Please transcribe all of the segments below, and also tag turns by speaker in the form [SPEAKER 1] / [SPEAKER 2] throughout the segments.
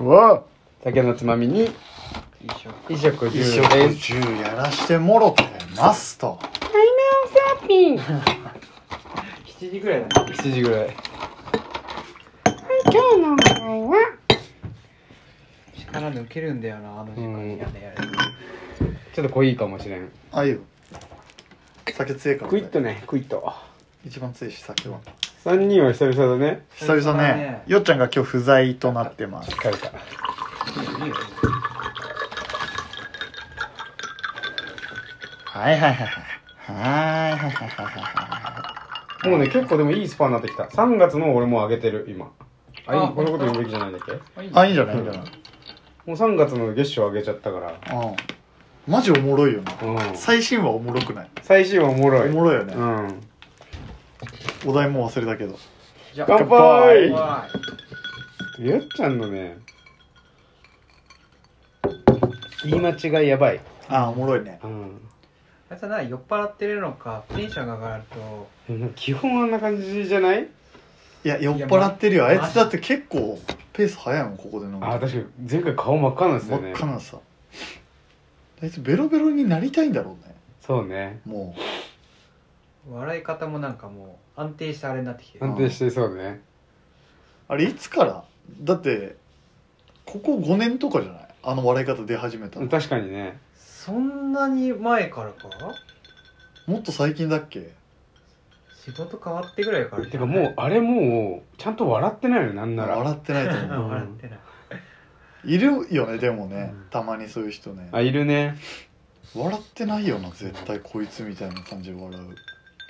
[SPEAKER 1] うわ
[SPEAKER 2] 酒のつまみに一食一食10円
[SPEAKER 1] 銃やらしてもろてますと
[SPEAKER 2] サーピン
[SPEAKER 3] 7時ぐらいだね
[SPEAKER 2] 7時ぐらい
[SPEAKER 4] 今日のお題は
[SPEAKER 3] 力抜けるんだよなあの時間
[SPEAKER 2] うん
[SPEAKER 3] にやれやれ
[SPEAKER 2] ちょっと濃いかもしれん
[SPEAKER 1] あいいよ酒強いから、
[SPEAKER 2] クイッとねクイッと
[SPEAKER 1] 一番強いし酒は
[SPEAKER 2] 3人は久々だね
[SPEAKER 1] 久々ねよっちゃんが今日不在となってます
[SPEAKER 2] 疲れた
[SPEAKER 3] いいよ
[SPEAKER 1] はいはいはいはいはいはいはいは
[SPEAKER 2] もうね結構でもいいスパになってきた3月の俺もう上げてる今あい
[SPEAKER 3] あ
[SPEAKER 2] いこのこと言うべきじゃないんだっけも
[SPEAKER 3] あいい
[SPEAKER 1] い
[SPEAKER 3] よ
[SPEAKER 1] はいあいいんじゃないいいんじゃないう
[SPEAKER 2] 3月の月初上げちゃったから
[SPEAKER 1] うんマジおもろいよな
[SPEAKER 2] うん
[SPEAKER 1] 最新話おもろくない
[SPEAKER 2] 最新話おもろ
[SPEAKER 1] お
[SPEAKER 2] い
[SPEAKER 1] もろいよ
[SPEAKER 2] う
[SPEAKER 1] ね
[SPEAKER 2] ん
[SPEAKER 1] お題もう忘れたけど
[SPEAKER 3] じゃあ
[SPEAKER 2] 乾杯
[SPEAKER 3] 乾杯
[SPEAKER 2] やっちゃんのね言い間違いやばい
[SPEAKER 1] ああおもろいね
[SPEAKER 2] うん
[SPEAKER 3] あいつはな酔っ払ってるのかテンションが上がると
[SPEAKER 2] 基本あんな感じじゃない
[SPEAKER 1] いや酔っ払ってるよ
[SPEAKER 3] い
[SPEAKER 1] あ
[SPEAKER 3] や
[SPEAKER 1] い
[SPEAKER 3] ま
[SPEAKER 1] つだって結構ペース早いもんここで飲む
[SPEAKER 2] あ確かに前回顔真っ赤なんです
[SPEAKER 1] 真
[SPEAKER 2] よ
[SPEAKER 1] っ
[SPEAKER 2] ね
[SPEAKER 1] 赤なさあいつベロベロになりたいんだろうね
[SPEAKER 2] そうね
[SPEAKER 1] も
[SPEAKER 3] 笑い方もなんかもう安定したあれになってきてる
[SPEAKER 2] 安定してそうね
[SPEAKER 1] うあれいつからだってここ5年とかじゃないあの笑い方出始めたの
[SPEAKER 2] 確かにね
[SPEAKER 3] そんなに前からか
[SPEAKER 1] もっと最近だっけ
[SPEAKER 3] 仕事変わってぐらいから
[SPEAKER 2] てかもうあれもうちゃんと笑ってないよねなんなら
[SPEAKER 1] 笑ってないと 思う
[SPEAKER 3] 笑ってない
[SPEAKER 1] いるよねでもね
[SPEAKER 2] うん
[SPEAKER 1] たまにそういう人ね
[SPEAKER 2] あいるね
[SPEAKER 1] 笑ってないよな絶対こいつみたいな感じで笑う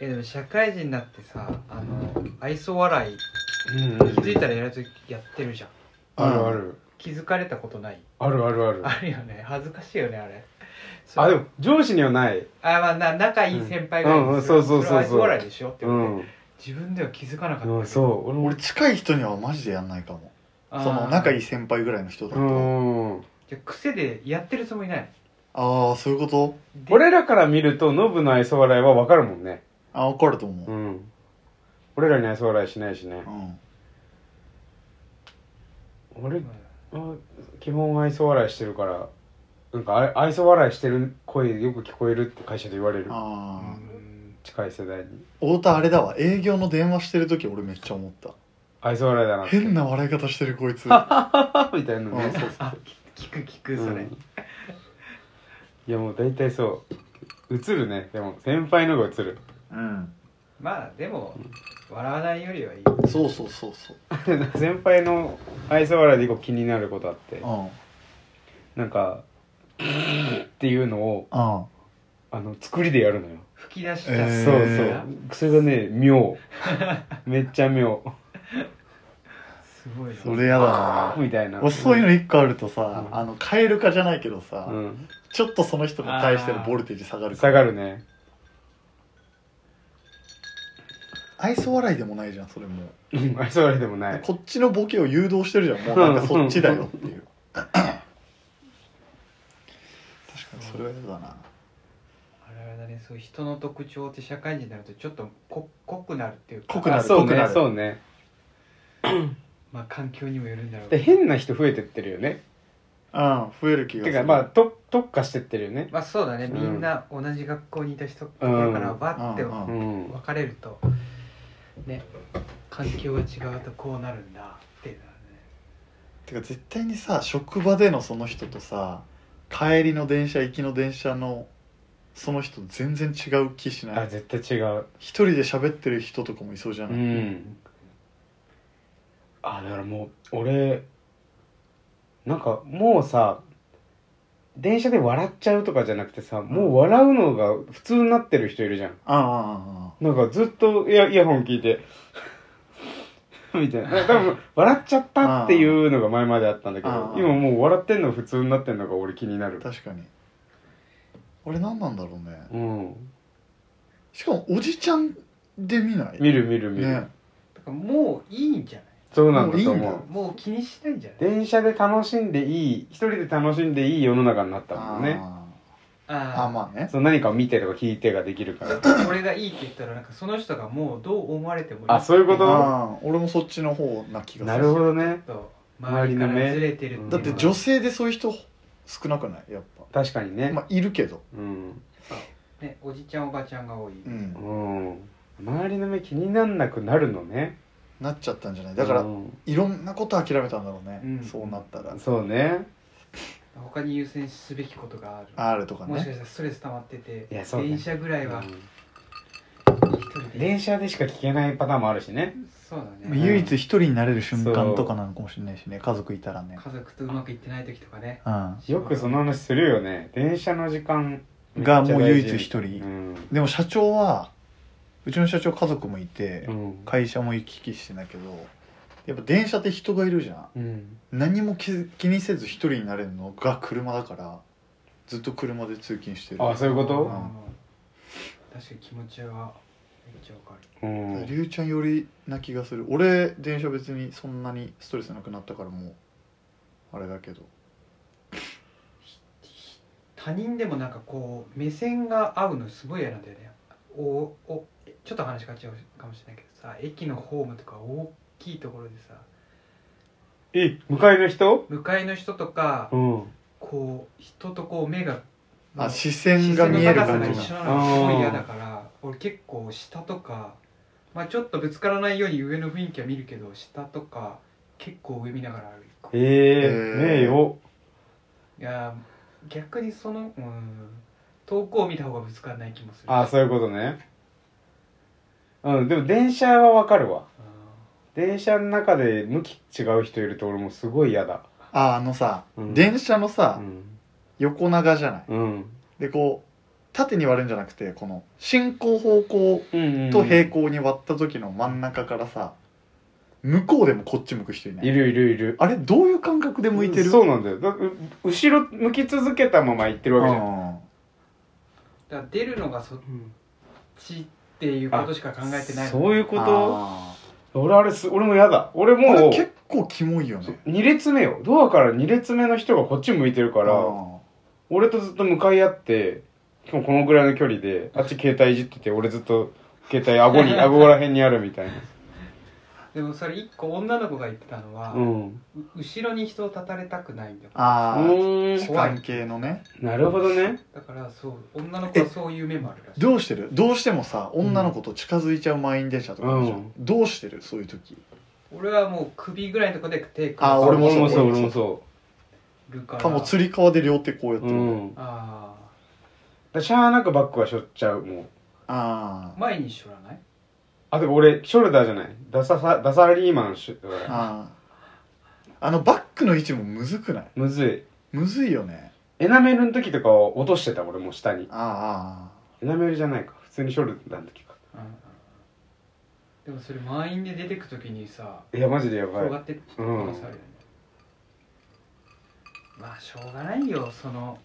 [SPEAKER 3] えでも社会人になってさあの愛想笑い
[SPEAKER 2] うん
[SPEAKER 3] 気づいたらやるとやってるじゃん
[SPEAKER 2] あるある
[SPEAKER 3] 気づかれたことない
[SPEAKER 2] あるあるある
[SPEAKER 3] あるよね恥ずかしいよねあれそれ
[SPEAKER 2] あでも上司にはない
[SPEAKER 3] あまあな仲いい先輩が
[SPEAKER 2] うんうんそうそうそうそう
[SPEAKER 3] 愛想笑いでしょって
[SPEAKER 2] う
[SPEAKER 3] 思って、
[SPEAKER 2] ん
[SPEAKER 3] 自分では気づかなかった、
[SPEAKER 2] うんそう俺も
[SPEAKER 1] 俺近い人にはマジでやんないかも
[SPEAKER 3] あー
[SPEAKER 1] その仲いい先輩ぐらいの人だ
[SPEAKER 2] う
[SPEAKER 1] と
[SPEAKER 2] ん
[SPEAKER 3] じゃあ癖でやってるつもりない
[SPEAKER 1] ああそういうこと
[SPEAKER 3] で
[SPEAKER 2] 俺らから見るとノブの愛想笑いは分かるもんね
[SPEAKER 1] あ分かると思う
[SPEAKER 2] うん俺らに愛想笑いしないしね
[SPEAKER 1] うん
[SPEAKER 2] 俺あ基本愛想笑いしてるからなんかあれ愛想笑いしてる声よく聞こえるって会社で言われる
[SPEAKER 1] あ
[SPEAKER 2] う
[SPEAKER 1] あ
[SPEAKER 2] ん近い世代に
[SPEAKER 1] 太田あれだわ営業の電話してる時俺めっちゃ思った
[SPEAKER 2] 愛想笑いだなって
[SPEAKER 1] 変な笑い方してるこいつあ
[SPEAKER 2] みたいな
[SPEAKER 1] ー
[SPEAKER 2] ね
[SPEAKER 1] そうそう
[SPEAKER 3] 聞く聞くそれ、
[SPEAKER 2] うんいやもう大体そう映るねでも先輩の方が映る
[SPEAKER 1] うん
[SPEAKER 3] まあでも笑わないよりはいい
[SPEAKER 1] そうそうそうそう
[SPEAKER 2] 先輩の愛想笑いで一個気になることあって
[SPEAKER 1] うん
[SPEAKER 2] なんかっていうのを
[SPEAKER 1] うん
[SPEAKER 2] あの作りでやるのよ、
[SPEAKER 3] 吹き出しちゃ
[SPEAKER 1] へー
[SPEAKER 2] そうそうそれがね妙 めっちゃ妙
[SPEAKER 3] すごいな
[SPEAKER 1] それやだな
[SPEAKER 2] みたいな
[SPEAKER 1] 俺そういうの一個あるとさ、
[SPEAKER 2] うん
[SPEAKER 1] あのカエル化じゃないけどさ、
[SPEAKER 2] うん、
[SPEAKER 1] ちょっとその人に対してのボルテージ下がる
[SPEAKER 2] 下がるね
[SPEAKER 1] 愛想笑いでもないじゃんそれも
[SPEAKER 2] うん愛想笑いでもない
[SPEAKER 1] こっちのボケを誘導してるじゃんもうなんかそっちだよっていう確かにそれは嫌だな
[SPEAKER 3] あれはだねそういう人の特徴って社会人になるとちょっとこ濃くなるっていうか
[SPEAKER 1] 濃くな
[SPEAKER 2] あ
[SPEAKER 1] る
[SPEAKER 2] そう
[SPEAKER 1] 濃くな
[SPEAKER 2] ね
[SPEAKER 1] る
[SPEAKER 2] そうね
[SPEAKER 3] まあ環境にもよるんだろうけ
[SPEAKER 2] で
[SPEAKER 3] ど
[SPEAKER 2] 変な人増えてってるよね
[SPEAKER 1] うん増える気がす
[SPEAKER 2] て
[SPEAKER 1] る
[SPEAKER 2] かまあと特化してってるよね
[SPEAKER 3] まあそうだね
[SPEAKER 2] う
[SPEAKER 3] み
[SPEAKER 2] ん
[SPEAKER 3] んな同じ学校にいた人ところからバッて
[SPEAKER 1] うん
[SPEAKER 2] うん
[SPEAKER 3] 分かれるとね環境が違うとこうなるんだっていうのはね
[SPEAKER 1] てか絶対にさ職場でのその人とさ帰りの電車行きの電車のその人全然違う気しな
[SPEAKER 2] あ
[SPEAKER 1] い
[SPEAKER 2] 絶対違う
[SPEAKER 1] 一人で喋ってる人とかもいそうじゃ
[SPEAKER 2] う
[SPEAKER 1] ない、
[SPEAKER 2] んあだからもう俺なんかもうさ電車で笑っちゃうとかじゃなくてさもう笑うのが普通になってる人いるじゃん
[SPEAKER 1] あああ
[SPEAKER 2] なんかずっとイヤイヤホン聞いて みたいななんか多分笑っちゃったっていうのが前まであったんだけ
[SPEAKER 1] あ
[SPEAKER 2] ど
[SPEAKER 1] あ
[SPEAKER 2] 今もう笑ってんの普通になってんのが俺気にな
[SPEAKER 1] あ
[SPEAKER 2] る
[SPEAKER 1] 確かに俺何なんだろうね
[SPEAKER 2] うん
[SPEAKER 1] しかもおじちゃんで見ない
[SPEAKER 2] 見る見る見る、
[SPEAKER 1] ね
[SPEAKER 3] だからもういいんじゃな
[SPEAKER 2] そうなんだと
[SPEAKER 1] もういい
[SPEAKER 2] 思
[SPEAKER 1] ん
[SPEAKER 2] う
[SPEAKER 1] だ
[SPEAKER 3] いもう気にしないんじゃない
[SPEAKER 2] 電車で楽しんでいい一人で楽しんでいい世の中になったもんね
[SPEAKER 1] あーあ
[SPEAKER 3] あ
[SPEAKER 1] まあね
[SPEAKER 2] そう何かを見てとか聞いてができるから
[SPEAKER 3] あ俺がいいって言ったらなんかその人がもうどう思われてもいい
[SPEAKER 2] あそういうこと
[SPEAKER 1] あー俺もそっちの方な気がする
[SPEAKER 2] なるほどね
[SPEAKER 3] と周りか
[SPEAKER 2] 周りの
[SPEAKER 3] ら
[SPEAKER 2] 目
[SPEAKER 3] ずれてるっていうのは
[SPEAKER 1] だって女性でそういう人少なくないやっ
[SPEAKER 2] 確かにね、
[SPEAKER 1] ぱまあいるけど
[SPEAKER 2] うん、
[SPEAKER 3] ねおじちゃんおばちゃんが多い、
[SPEAKER 1] うん
[SPEAKER 2] うん、周りの目気になんなくなるのね
[SPEAKER 1] なっちゃったんじゃないだから
[SPEAKER 2] うん
[SPEAKER 1] いろんなこと諦めたんだろうね、
[SPEAKER 3] うん
[SPEAKER 1] そうなったら
[SPEAKER 2] そうね
[SPEAKER 3] 他に優先すべきことがある
[SPEAKER 1] R とか
[SPEAKER 3] もしか
[SPEAKER 1] ね
[SPEAKER 3] したらストレス溜まってて、
[SPEAKER 2] いやそうね
[SPEAKER 3] 電車ぐらいは
[SPEAKER 2] う
[SPEAKER 3] 一人
[SPEAKER 2] ん
[SPEAKER 3] で、
[SPEAKER 2] 電車でしか聞けないパターンもあるしね
[SPEAKER 3] そうだ
[SPEAKER 1] まあ
[SPEAKER 3] ね、
[SPEAKER 2] ゆ
[SPEAKER 1] 唯一一人になれる瞬間とかなのかもしれないしね家族いたらね
[SPEAKER 3] 家族とうまくいってない時とかね
[SPEAKER 1] うん
[SPEAKER 2] よくその話するよね電車の時間めっちゃ
[SPEAKER 1] が
[SPEAKER 2] 大事
[SPEAKER 1] もう唯一一人
[SPEAKER 2] うん
[SPEAKER 1] でも社長はうちの社長家族もいて、
[SPEAKER 2] うん
[SPEAKER 1] 会社も行き来してんだけどやっぱ電車って人がいるじゃ
[SPEAKER 2] う
[SPEAKER 1] ん
[SPEAKER 2] ん
[SPEAKER 1] 何も気気にせず一人になれるのが車だからずっと車で通勤してる
[SPEAKER 2] あそういうこ
[SPEAKER 3] ん
[SPEAKER 2] と
[SPEAKER 3] 確かに気持ちはめっちゃわかる
[SPEAKER 2] うん
[SPEAKER 1] りゅうちゃんよりな気がする俺電車別にそんなにストレスなくなったからもうあれだけど
[SPEAKER 3] 他人でもなんかこう目線が合うのすごい嫌なんだよねおおちょっと話変わっちゃうかもしれないけどさ駅のホームとか大きいところでさ
[SPEAKER 2] え向かいの人
[SPEAKER 3] 向かいの人とか
[SPEAKER 2] うん
[SPEAKER 3] こう人とこう目が
[SPEAKER 1] あ視
[SPEAKER 3] 視
[SPEAKER 1] 線
[SPEAKER 3] 線
[SPEAKER 1] が
[SPEAKER 3] の
[SPEAKER 1] 見える
[SPEAKER 3] 高さ
[SPEAKER 1] 感
[SPEAKER 3] が
[SPEAKER 1] じ
[SPEAKER 3] 一
[SPEAKER 1] だ
[SPEAKER 3] 緒なのがすごい嫌だから俺結構下とか、まあ、ちょっとぶつからないように上の雰囲気は見るけど下とか結構上見ながら歩くい
[SPEAKER 2] ええねえよ
[SPEAKER 3] やー逆にそのうん遠くを見た方がぶつからない気もする
[SPEAKER 2] あそういうことねうんでも電車はわかるわ
[SPEAKER 3] う
[SPEAKER 2] 電車の中で向き違う人いると俺もすごい嫌だ
[SPEAKER 1] ああのさ、
[SPEAKER 2] うん
[SPEAKER 1] 電車のさ、
[SPEAKER 2] うん
[SPEAKER 1] 横長じゃない
[SPEAKER 2] うん
[SPEAKER 1] でこう縦に割るんじゃなくてこの進行方向
[SPEAKER 2] うんうん
[SPEAKER 1] と平行に割った時の真ん中からさ向こうでもこっち向く人いない
[SPEAKER 2] いるいるいる
[SPEAKER 1] あれどういう感覚で向いてる
[SPEAKER 2] そうなんだよだう後ろ向き続けたまま行ってるわけじゃん
[SPEAKER 1] あ
[SPEAKER 3] んだから出るのがそっちっていうことしか考えてない
[SPEAKER 2] そういう
[SPEAKER 1] ー
[SPEAKER 2] こと
[SPEAKER 1] あ
[SPEAKER 2] 俺あれす俺も嫌だ俺
[SPEAKER 1] ーこ
[SPEAKER 2] も
[SPEAKER 1] れ
[SPEAKER 2] う
[SPEAKER 1] 結構キモいよね
[SPEAKER 2] 2列目よドアから2列目の人がこっち向いてるから
[SPEAKER 1] うん
[SPEAKER 2] 俺とずっと向かい合ってしかもこのぐらいの距離であっち携帯いじってて俺ずっと携帯顎に顎ら辺にあるみたい
[SPEAKER 3] でもそれ一個女の子が言ってたの
[SPEAKER 2] な
[SPEAKER 3] は、
[SPEAKER 2] うん
[SPEAKER 3] う後ろに人を立たれたくないんだ
[SPEAKER 1] あ
[SPEAKER 2] う
[SPEAKER 1] あ
[SPEAKER 2] ーん
[SPEAKER 1] 時間系のね
[SPEAKER 2] なるほどね
[SPEAKER 3] だからそう女の子はそういう面もあるらしい
[SPEAKER 1] どうしてるどうしてもさ女の子と近づいちゃう満員電車とかあるじゃん、
[SPEAKER 2] うん
[SPEAKER 1] どうしてるそういう時
[SPEAKER 3] 俺はもう首ぐらいのとこで手か
[SPEAKER 1] あ
[SPEAKER 2] あ
[SPEAKER 1] 俺もそう
[SPEAKER 2] 俺もそう
[SPEAKER 1] 俺
[SPEAKER 2] 俺
[SPEAKER 1] も
[SPEAKER 2] もそ
[SPEAKER 3] るから
[SPEAKER 1] かもつり革で両手こうや
[SPEAKER 2] う
[SPEAKER 1] ってる、
[SPEAKER 2] うんだか
[SPEAKER 3] あ
[SPEAKER 2] らしゃあなくバックはしょっちゃうもう
[SPEAKER 1] あ
[SPEAKER 3] あ前にしょらない
[SPEAKER 2] あでも俺ショルダーじゃないダサさダサリーマンしだ
[SPEAKER 1] あ
[SPEAKER 2] から
[SPEAKER 1] あああのバックの位置もむずくない
[SPEAKER 2] むずい
[SPEAKER 1] むずいよね
[SPEAKER 2] エナメルの時とかを落としてた俺もう下に
[SPEAKER 1] あ
[SPEAKER 2] エナメルじゃないか普通にショルダーの時か
[SPEAKER 3] うんうんでもそれ満員で出てく時にさ
[SPEAKER 2] いやマジでやばい
[SPEAKER 3] 転がってく
[SPEAKER 2] う
[SPEAKER 3] のが
[SPEAKER 2] ん
[SPEAKER 3] さあるよね、まあしょうがないよその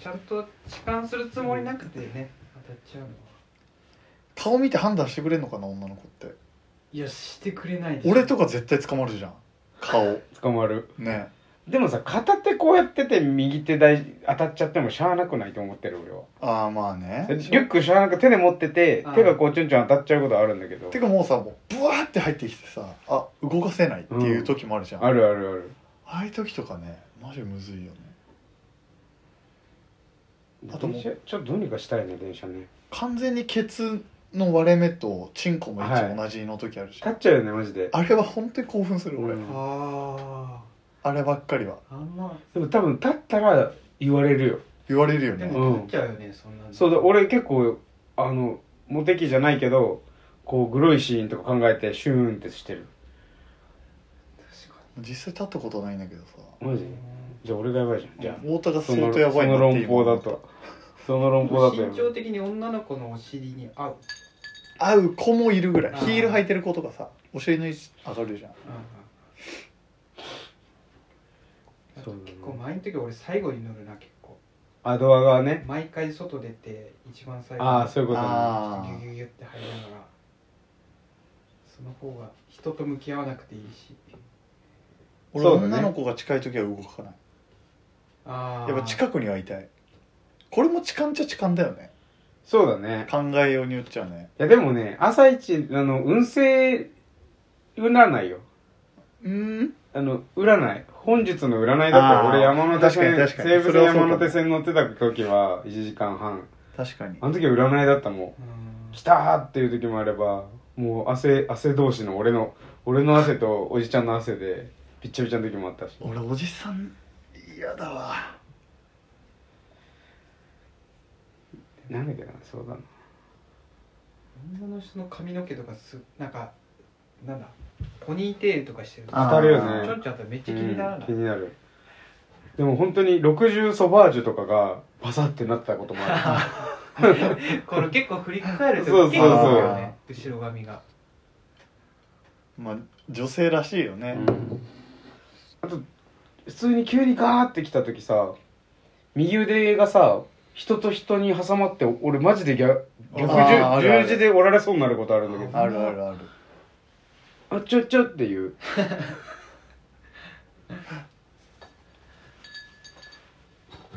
[SPEAKER 3] ちゃんと痴漢するつもりなくてね当たっちゃうのは
[SPEAKER 1] あ顔見て判断してくれんのかな女の子って
[SPEAKER 3] いやしてくれないでしょ
[SPEAKER 1] 俺とか絶対捕まるじゃん顔
[SPEAKER 2] 捕まる
[SPEAKER 1] ね
[SPEAKER 2] でもさ片手こうやってて右手大当たっちゃってもしゃあなくないと思ってる俺は
[SPEAKER 1] ああまあ
[SPEAKER 2] リ
[SPEAKER 1] ね
[SPEAKER 2] ュックしゃあなく手で持ってて
[SPEAKER 3] ああ
[SPEAKER 2] 手がこうちょんちょん当たっちゃうことあるんだけど
[SPEAKER 1] てかもうさもうブワーって入ってきてさあ動かせないっていう時もあるじゃん、
[SPEAKER 2] あるあるある
[SPEAKER 1] ああいう時とかねマジむずいよねあともう
[SPEAKER 2] 電車ちょっとどうにかしたいね電車ね
[SPEAKER 1] 完全にケツの割れ目とチンコの位置同じの時あるじゃ
[SPEAKER 2] 立
[SPEAKER 1] ん、
[SPEAKER 2] っちゃうよねマジで
[SPEAKER 1] あれは本当に興奮する俺、
[SPEAKER 2] うん
[SPEAKER 3] あ
[SPEAKER 1] あればっかりは
[SPEAKER 3] ああんま
[SPEAKER 2] でも多分立ったら言われるよ
[SPEAKER 1] 言われるよ
[SPEAKER 3] で
[SPEAKER 1] ね
[SPEAKER 3] も立っちゃうよね、そんなの
[SPEAKER 2] そうだ俺結構あのモテ期じゃないけどこうグロいシーンとか考えてシューンってしてる
[SPEAKER 3] 確か
[SPEAKER 1] 実際立ったことないんだけどさ
[SPEAKER 2] マジ
[SPEAKER 3] に
[SPEAKER 2] じゃあ俺がやばいじゃんじゃあ
[SPEAKER 1] 太田が
[SPEAKER 2] そ
[SPEAKER 1] 相
[SPEAKER 2] の
[SPEAKER 1] 当やばい
[SPEAKER 2] その
[SPEAKER 1] なって
[SPEAKER 2] 論
[SPEAKER 1] 今
[SPEAKER 2] 法だとその論法だとや
[SPEAKER 3] 身長
[SPEAKER 2] ば
[SPEAKER 3] 的に女の子のお尻に合う、
[SPEAKER 1] 合う子もいるぐらい
[SPEAKER 3] あー
[SPEAKER 1] ヒール履いてる子とかさお尻の位置上がるじゃん
[SPEAKER 3] あ
[SPEAKER 2] そ
[SPEAKER 3] と
[SPEAKER 2] うだね
[SPEAKER 3] 結構前の時俺最後に乗るな結構
[SPEAKER 2] あドア側ね
[SPEAKER 3] 毎回外出て一番最後に
[SPEAKER 2] ああそういうことね
[SPEAKER 1] あ
[SPEAKER 3] ギュギュギュギュって入りながらその方が人と向き合わなくていいし
[SPEAKER 1] 俺、
[SPEAKER 2] そうだね
[SPEAKER 1] 女の子が近い時は動かない
[SPEAKER 3] あ
[SPEAKER 1] やっぱ
[SPEAKER 3] く
[SPEAKER 1] 近くにはいたいこれも痴漢っちゃ痴漢だよね
[SPEAKER 2] そうだね
[SPEAKER 1] 考えようによっちゃね
[SPEAKER 2] いやでもね朝一あの運勢にならないよ
[SPEAKER 1] うん
[SPEAKER 2] あの占い本日の占いだったら俺
[SPEAKER 1] あー
[SPEAKER 2] 山手線
[SPEAKER 1] 確かに確かに
[SPEAKER 2] 西武
[SPEAKER 1] それ
[SPEAKER 2] 線
[SPEAKER 1] はそうかも
[SPEAKER 2] 山手線乗ってた時は1時間半
[SPEAKER 1] 確かに
[SPEAKER 2] あの時は占いだったもん
[SPEAKER 3] うん
[SPEAKER 2] 来たーっていう時もあればもう汗汗同士の俺の俺の汗とおじちゃんの汗でびっちゃびちゃの時もあったし
[SPEAKER 1] 俺おじさん嫌だわ
[SPEAKER 2] なんだっけなそうだな
[SPEAKER 3] 女の人の髪の毛とかすなんかなんだポニーテールとかしてると
[SPEAKER 1] あ
[SPEAKER 3] さ
[SPEAKER 2] 当
[SPEAKER 1] ー
[SPEAKER 2] たるよ
[SPEAKER 3] ちょ
[SPEAKER 2] ね
[SPEAKER 3] んちょんあったらめっちゃ気になら
[SPEAKER 2] うん
[SPEAKER 3] ない、
[SPEAKER 2] 気になるでも本当に60ソバージュとかがパサってなってたこともあ
[SPEAKER 3] これ結構振り返ると
[SPEAKER 2] そうそう
[SPEAKER 3] 結構
[SPEAKER 1] そう
[SPEAKER 3] よね後ろ髪が
[SPEAKER 1] まあ女性らしいよね
[SPEAKER 2] る、、あと普通に急にガーってきた時さ右腕がさ人と人に挟まって俺マジで逆逆
[SPEAKER 1] あーあるあ
[SPEAKER 2] 十十
[SPEAKER 1] る
[SPEAKER 2] 字で折られそうになることあるんだけど
[SPEAKER 1] あるあるある
[SPEAKER 2] あちょちょっていう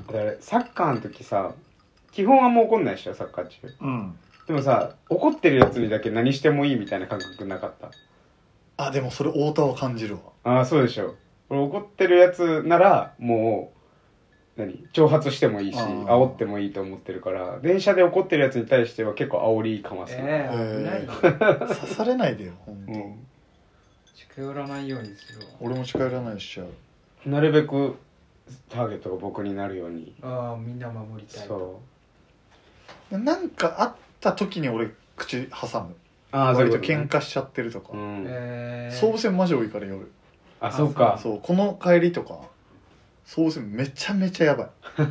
[SPEAKER 2] あれサッカーの時さ基本はもう怒んないっしょサッカー中
[SPEAKER 1] うん
[SPEAKER 2] でもさ怒ってるやつにだけ何してもいいみたいな感覚なかった
[SPEAKER 1] あでもそれ太田を感じるわ
[SPEAKER 2] ああそうでしょ俺怒ってるやつならもう何挑発してもいいし
[SPEAKER 1] あー
[SPEAKER 2] 煽ってもいいと思ってるから電車で怒ってるやつに対しては結構煽りかます、
[SPEAKER 3] ええ
[SPEAKER 1] ええ
[SPEAKER 3] 危ないよ
[SPEAKER 1] 刺されないでよほんと
[SPEAKER 2] うん
[SPEAKER 3] 近寄らないようにするわ
[SPEAKER 1] 俺も近寄らないしちゃう
[SPEAKER 2] なるべくターゲットが僕になるように
[SPEAKER 3] ああみんな守りたい
[SPEAKER 2] そう
[SPEAKER 1] でなんかあった時に俺口挟む
[SPEAKER 2] ああそうい
[SPEAKER 1] 割
[SPEAKER 2] う
[SPEAKER 1] と
[SPEAKER 2] ことね
[SPEAKER 1] 喧嘩しちゃってるとか、
[SPEAKER 2] うん
[SPEAKER 3] ええ
[SPEAKER 1] 総武線マジ多いから夜
[SPEAKER 2] あそうか
[SPEAKER 1] そうこの帰りとか総武線めちゃめちゃやばい
[SPEAKER 3] おじ酔っ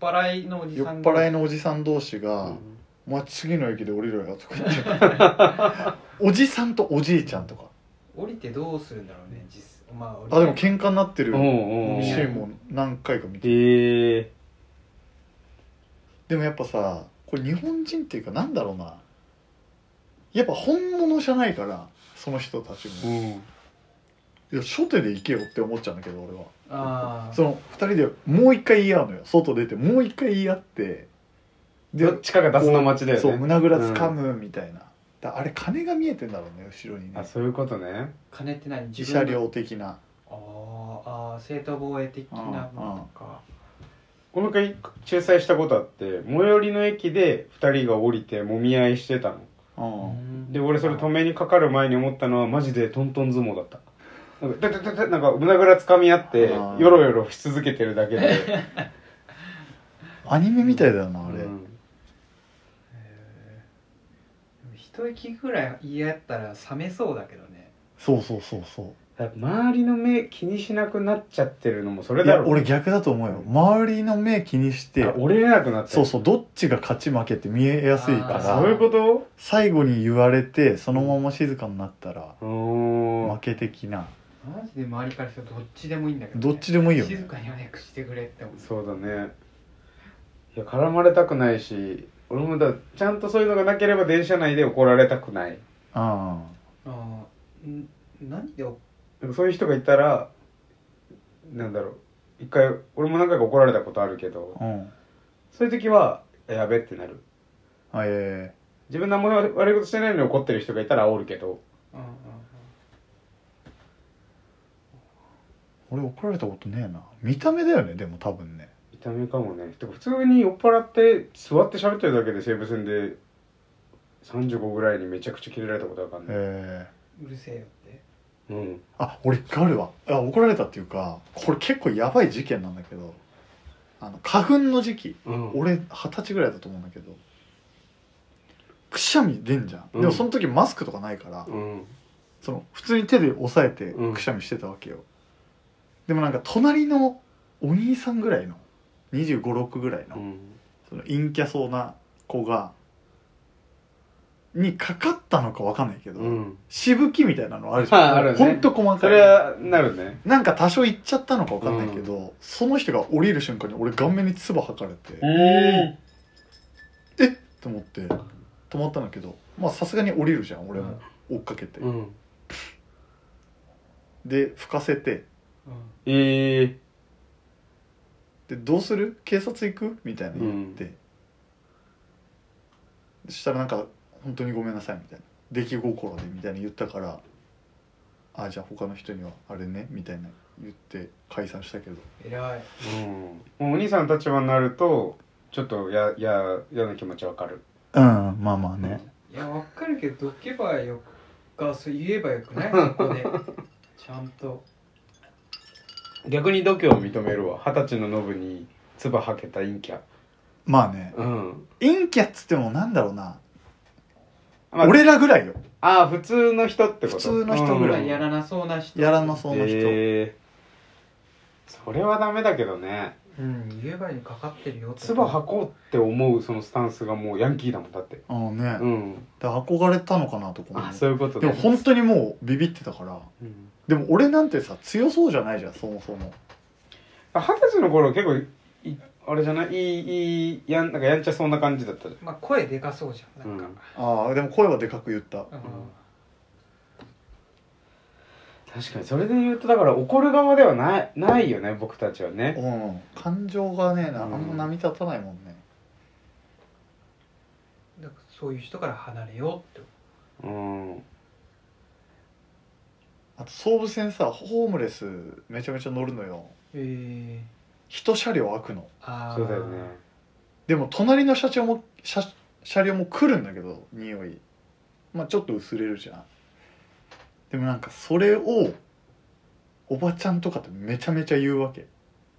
[SPEAKER 3] 払いのおじ
[SPEAKER 1] 酔っ
[SPEAKER 3] さんが
[SPEAKER 1] 払いのおじさん同士
[SPEAKER 2] う
[SPEAKER 1] が「
[SPEAKER 2] ん
[SPEAKER 1] お前次の駅で降りろよ」とか言って おじさんとおじいちゃんとか
[SPEAKER 3] 降りてどうするんだろうね実まあ降りて
[SPEAKER 1] あでも喧嘩になってる
[SPEAKER 2] うんうんうん
[SPEAKER 1] シ
[SPEAKER 3] 店
[SPEAKER 1] ーンも何回か見て
[SPEAKER 2] へえ
[SPEAKER 1] でもやっぱさこれ日本人っていうかなんだろうなやっぱ本物じゃないからその人たち
[SPEAKER 2] う
[SPEAKER 1] も、
[SPEAKER 2] ん
[SPEAKER 1] いや初手で行けよって思っちゃうんだけど俺は
[SPEAKER 3] ああ
[SPEAKER 1] その2人でもう一回言い合うのよ外出てもう一回言い合ってで
[SPEAKER 2] どっちかが出すの待ちだよね
[SPEAKER 1] そう胸ぐらつかむみたいな、だあれ金が見えてんだろうね後ろにね
[SPEAKER 2] あそういうことね
[SPEAKER 3] 金って何
[SPEAKER 1] 自
[SPEAKER 3] 自
[SPEAKER 1] 車
[SPEAKER 3] 分の
[SPEAKER 1] 両的な
[SPEAKER 3] あーあー正当防衛的なのか
[SPEAKER 2] 俺も一回仲裁したことあって最寄りの駅で2人が降りてもみ合いしてたの
[SPEAKER 1] うん
[SPEAKER 2] で俺それ止めにかかる前に思ったのはマジでトントン相撲だったなんかだだだだなんか胸ぐらつかみ合って
[SPEAKER 1] あー
[SPEAKER 2] よろよろし続けてるだけで
[SPEAKER 1] アニメみたいだよな
[SPEAKER 2] あ
[SPEAKER 1] あれ、
[SPEAKER 3] へーでも一息ぐらい言い合ったら冷めそうだけどね
[SPEAKER 1] そうそうそうそう
[SPEAKER 2] 周りの目気にしなくなっちゃってるのもそれ
[SPEAKER 1] い
[SPEAKER 2] だろ
[SPEAKER 1] や
[SPEAKER 2] う
[SPEAKER 1] 俺逆だと思うよ周りの目気にして
[SPEAKER 2] あ折れなくなっちゃ
[SPEAKER 1] そううそうどっちが勝ち負けって見えやすいか
[SPEAKER 2] あ
[SPEAKER 1] ら
[SPEAKER 2] そういうこと
[SPEAKER 1] 最後に言われてそのまま静かになったら
[SPEAKER 2] うーん
[SPEAKER 1] 負け的な
[SPEAKER 3] マジで周りからしたらどっちでもいいんだけど、
[SPEAKER 1] どっちでもいいよね
[SPEAKER 3] 静かに早くしてくれって思う
[SPEAKER 2] そうだねいや絡まれたくないし俺もだちゃんとそういうのがなければ電車内で怒られたくない
[SPEAKER 1] あ
[SPEAKER 3] あーん何で
[SPEAKER 2] なんかそういう人がいたらなんだろう一回俺も何回か怒られたことあるけど
[SPEAKER 1] あうん
[SPEAKER 2] そういう時はやべってなる
[SPEAKER 1] あえ
[SPEAKER 2] 自分何も悪いことしてないのに怒ってる人がいたら煽るけど
[SPEAKER 3] うんうんうん
[SPEAKER 1] ー、俺怒られたことねえな見た目だよねでも多分ね
[SPEAKER 2] 痛みかもねてか普通に酔っ払って座って喋ってるだけで西武線で35ぐらいにめちゃくちゃキレられたことあるからね、
[SPEAKER 1] え
[SPEAKER 3] うるせえよって
[SPEAKER 2] うん
[SPEAKER 1] ー、あ俺一回あるわあ怒られたっていうかこれ結構やばい事件なんだけどあの花粉の時期
[SPEAKER 2] うん
[SPEAKER 1] 俺二十歳ぐらいだと思うんだけどくしゃみ出んじゃん、
[SPEAKER 2] うん
[SPEAKER 1] でもその時マスクとかないから、
[SPEAKER 2] うん
[SPEAKER 1] その普通に手で押さえて
[SPEAKER 2] うん
[SPEAKER 1] くしゃみしてたわけよ、でもなんか隣のお兄さんぐらいの2 5 6ぐらいの,、
[SPEAKER 2] うん
[SPEAKER 1] その陰キャそうな子がにかかったのかわかんないけど、
[SPEAKER 2] うん
[SPEAKER 1] しぶきみたいなのあるじゃん、
[SPEAKER 2] はいあるね
[SPEAKER 1] ほんと細
[SPEAKER 2] そ
[SPEAKER 1] か
[SPEAKER 2] れ
[SPEAKER 1] い
[SPEAKER 2] はなるね
[SPEAKER 1] なんか多少いっちゃったのかわかんないけど、その人が降りる瞬間に俺顔面に唾吐かれて、
[SPEAKER 2] え
[SPEAKER 1] と思って止まったんだけどまあさすがに降りるじゃん俺も追っかけて、
[SPEAKER 2] うんうん
[SPEAKER 1] で吹かせて
[SPEAKER 3] うん
[SPEAKER 2] ええ
[SPEAKER 1] でどうする警察行くみたいな言って、そしたらなんか「本当にごめんなさい」みたいな「出来心で」みたいな言ったからあじゃあ他の人にはあれねみたいな言って解散したけど
[SPEAKER 3] 偉い
[SPEAKER 2] うん、もうお兄さんの立場になるとちょっとやや嫌な気持ちわかる
[SPEAKER 1] うんまあまあ
[SPEAKER 3] いやわかるけどどけばよがそう言えばよくないそこ でちゃんと
[SPEAKER 2] 逆に度胸を認めるわ二十歳のノブに唾吐けた陰キャ
[SPEAKER 1] まあね
[SPEAKER 2] うん、
[SPEAKER 1] 陰キャっつってもなんだろうな、
[SPEAKER 2] まあ、
[SPEAKER 1] 俺らぐらいよ
[SPEAKER 2] ああ普通の人ってこと
[SPEAKER 1] 普通の人
[SPEAKER 3] ほ
[SPEAKER 1] ぐ
[SPEAKER 3] ら
[SPEAKER 1] ら
[SPEAKER 3] や
[SPEAKER 2] い
[SPEAKER 3] らなそうな人
[SPEAKER 1] やらなそうな人、
[SPEAKER 2] えー、それはダメだけどね
[SPEAKER 3] うん言えばにかかってるよって
[SPEAKER 2] 唾吐こうって思うそのスタンスがもうヤンキーだもんだって
[SPEAKER 1] あのね、
[SPEAKER 2] うん
[SPEAKER 1] で憧れたのかなとか思う
[SPEAKER 2] あそういうこと
[SPEAKER 1] で
[SPEAKER 2] ね
[SPEAKER 1] も本当にもうビビってたから
[SPEAKER 2] うん
[SPEAKER 1] でも俺なんてさ強そうじゃないじゃんそもそも
[SPEAKER 2] 二十歳の頃結構いあれじゃないいいいいやんなんかやんちゃそうな感じだったじ
[SPEAKER 3] まあ声でかそうじゃんなんか、
[SPEAKER 2] うん
[SPEAKER 1] ああでも声はでかく言った
[SPEAKER 3] うん
[SPEAKER 2] ゃん確かにそれで言うとだから怒る側ではないないよね僕たちはね
[SPEAKER 1] うん感情がねなあ
[SPEAKER 2] うんん
[SPEAKER 1] ま波立たないもんね
[SPEAKER 3] だからそういう人から離れようって
[SPEAKER 2] うん
[SPEAKER 1] あと総武線さホームレスめちゃめちゃ乗るのよ
[SPEAKER 3] ええ
[SPEAKER 1] 一車両開くの
[SPEAKER 3] ああ
[SPEAKER 2] そうだよね
[SPEAKER 1] でも隣の車両も車車両も来るんだけど匂いまあちょっと薄れるじゃんでもなんかそれをおばちゃんとかってめちゃめちゃ言うわけ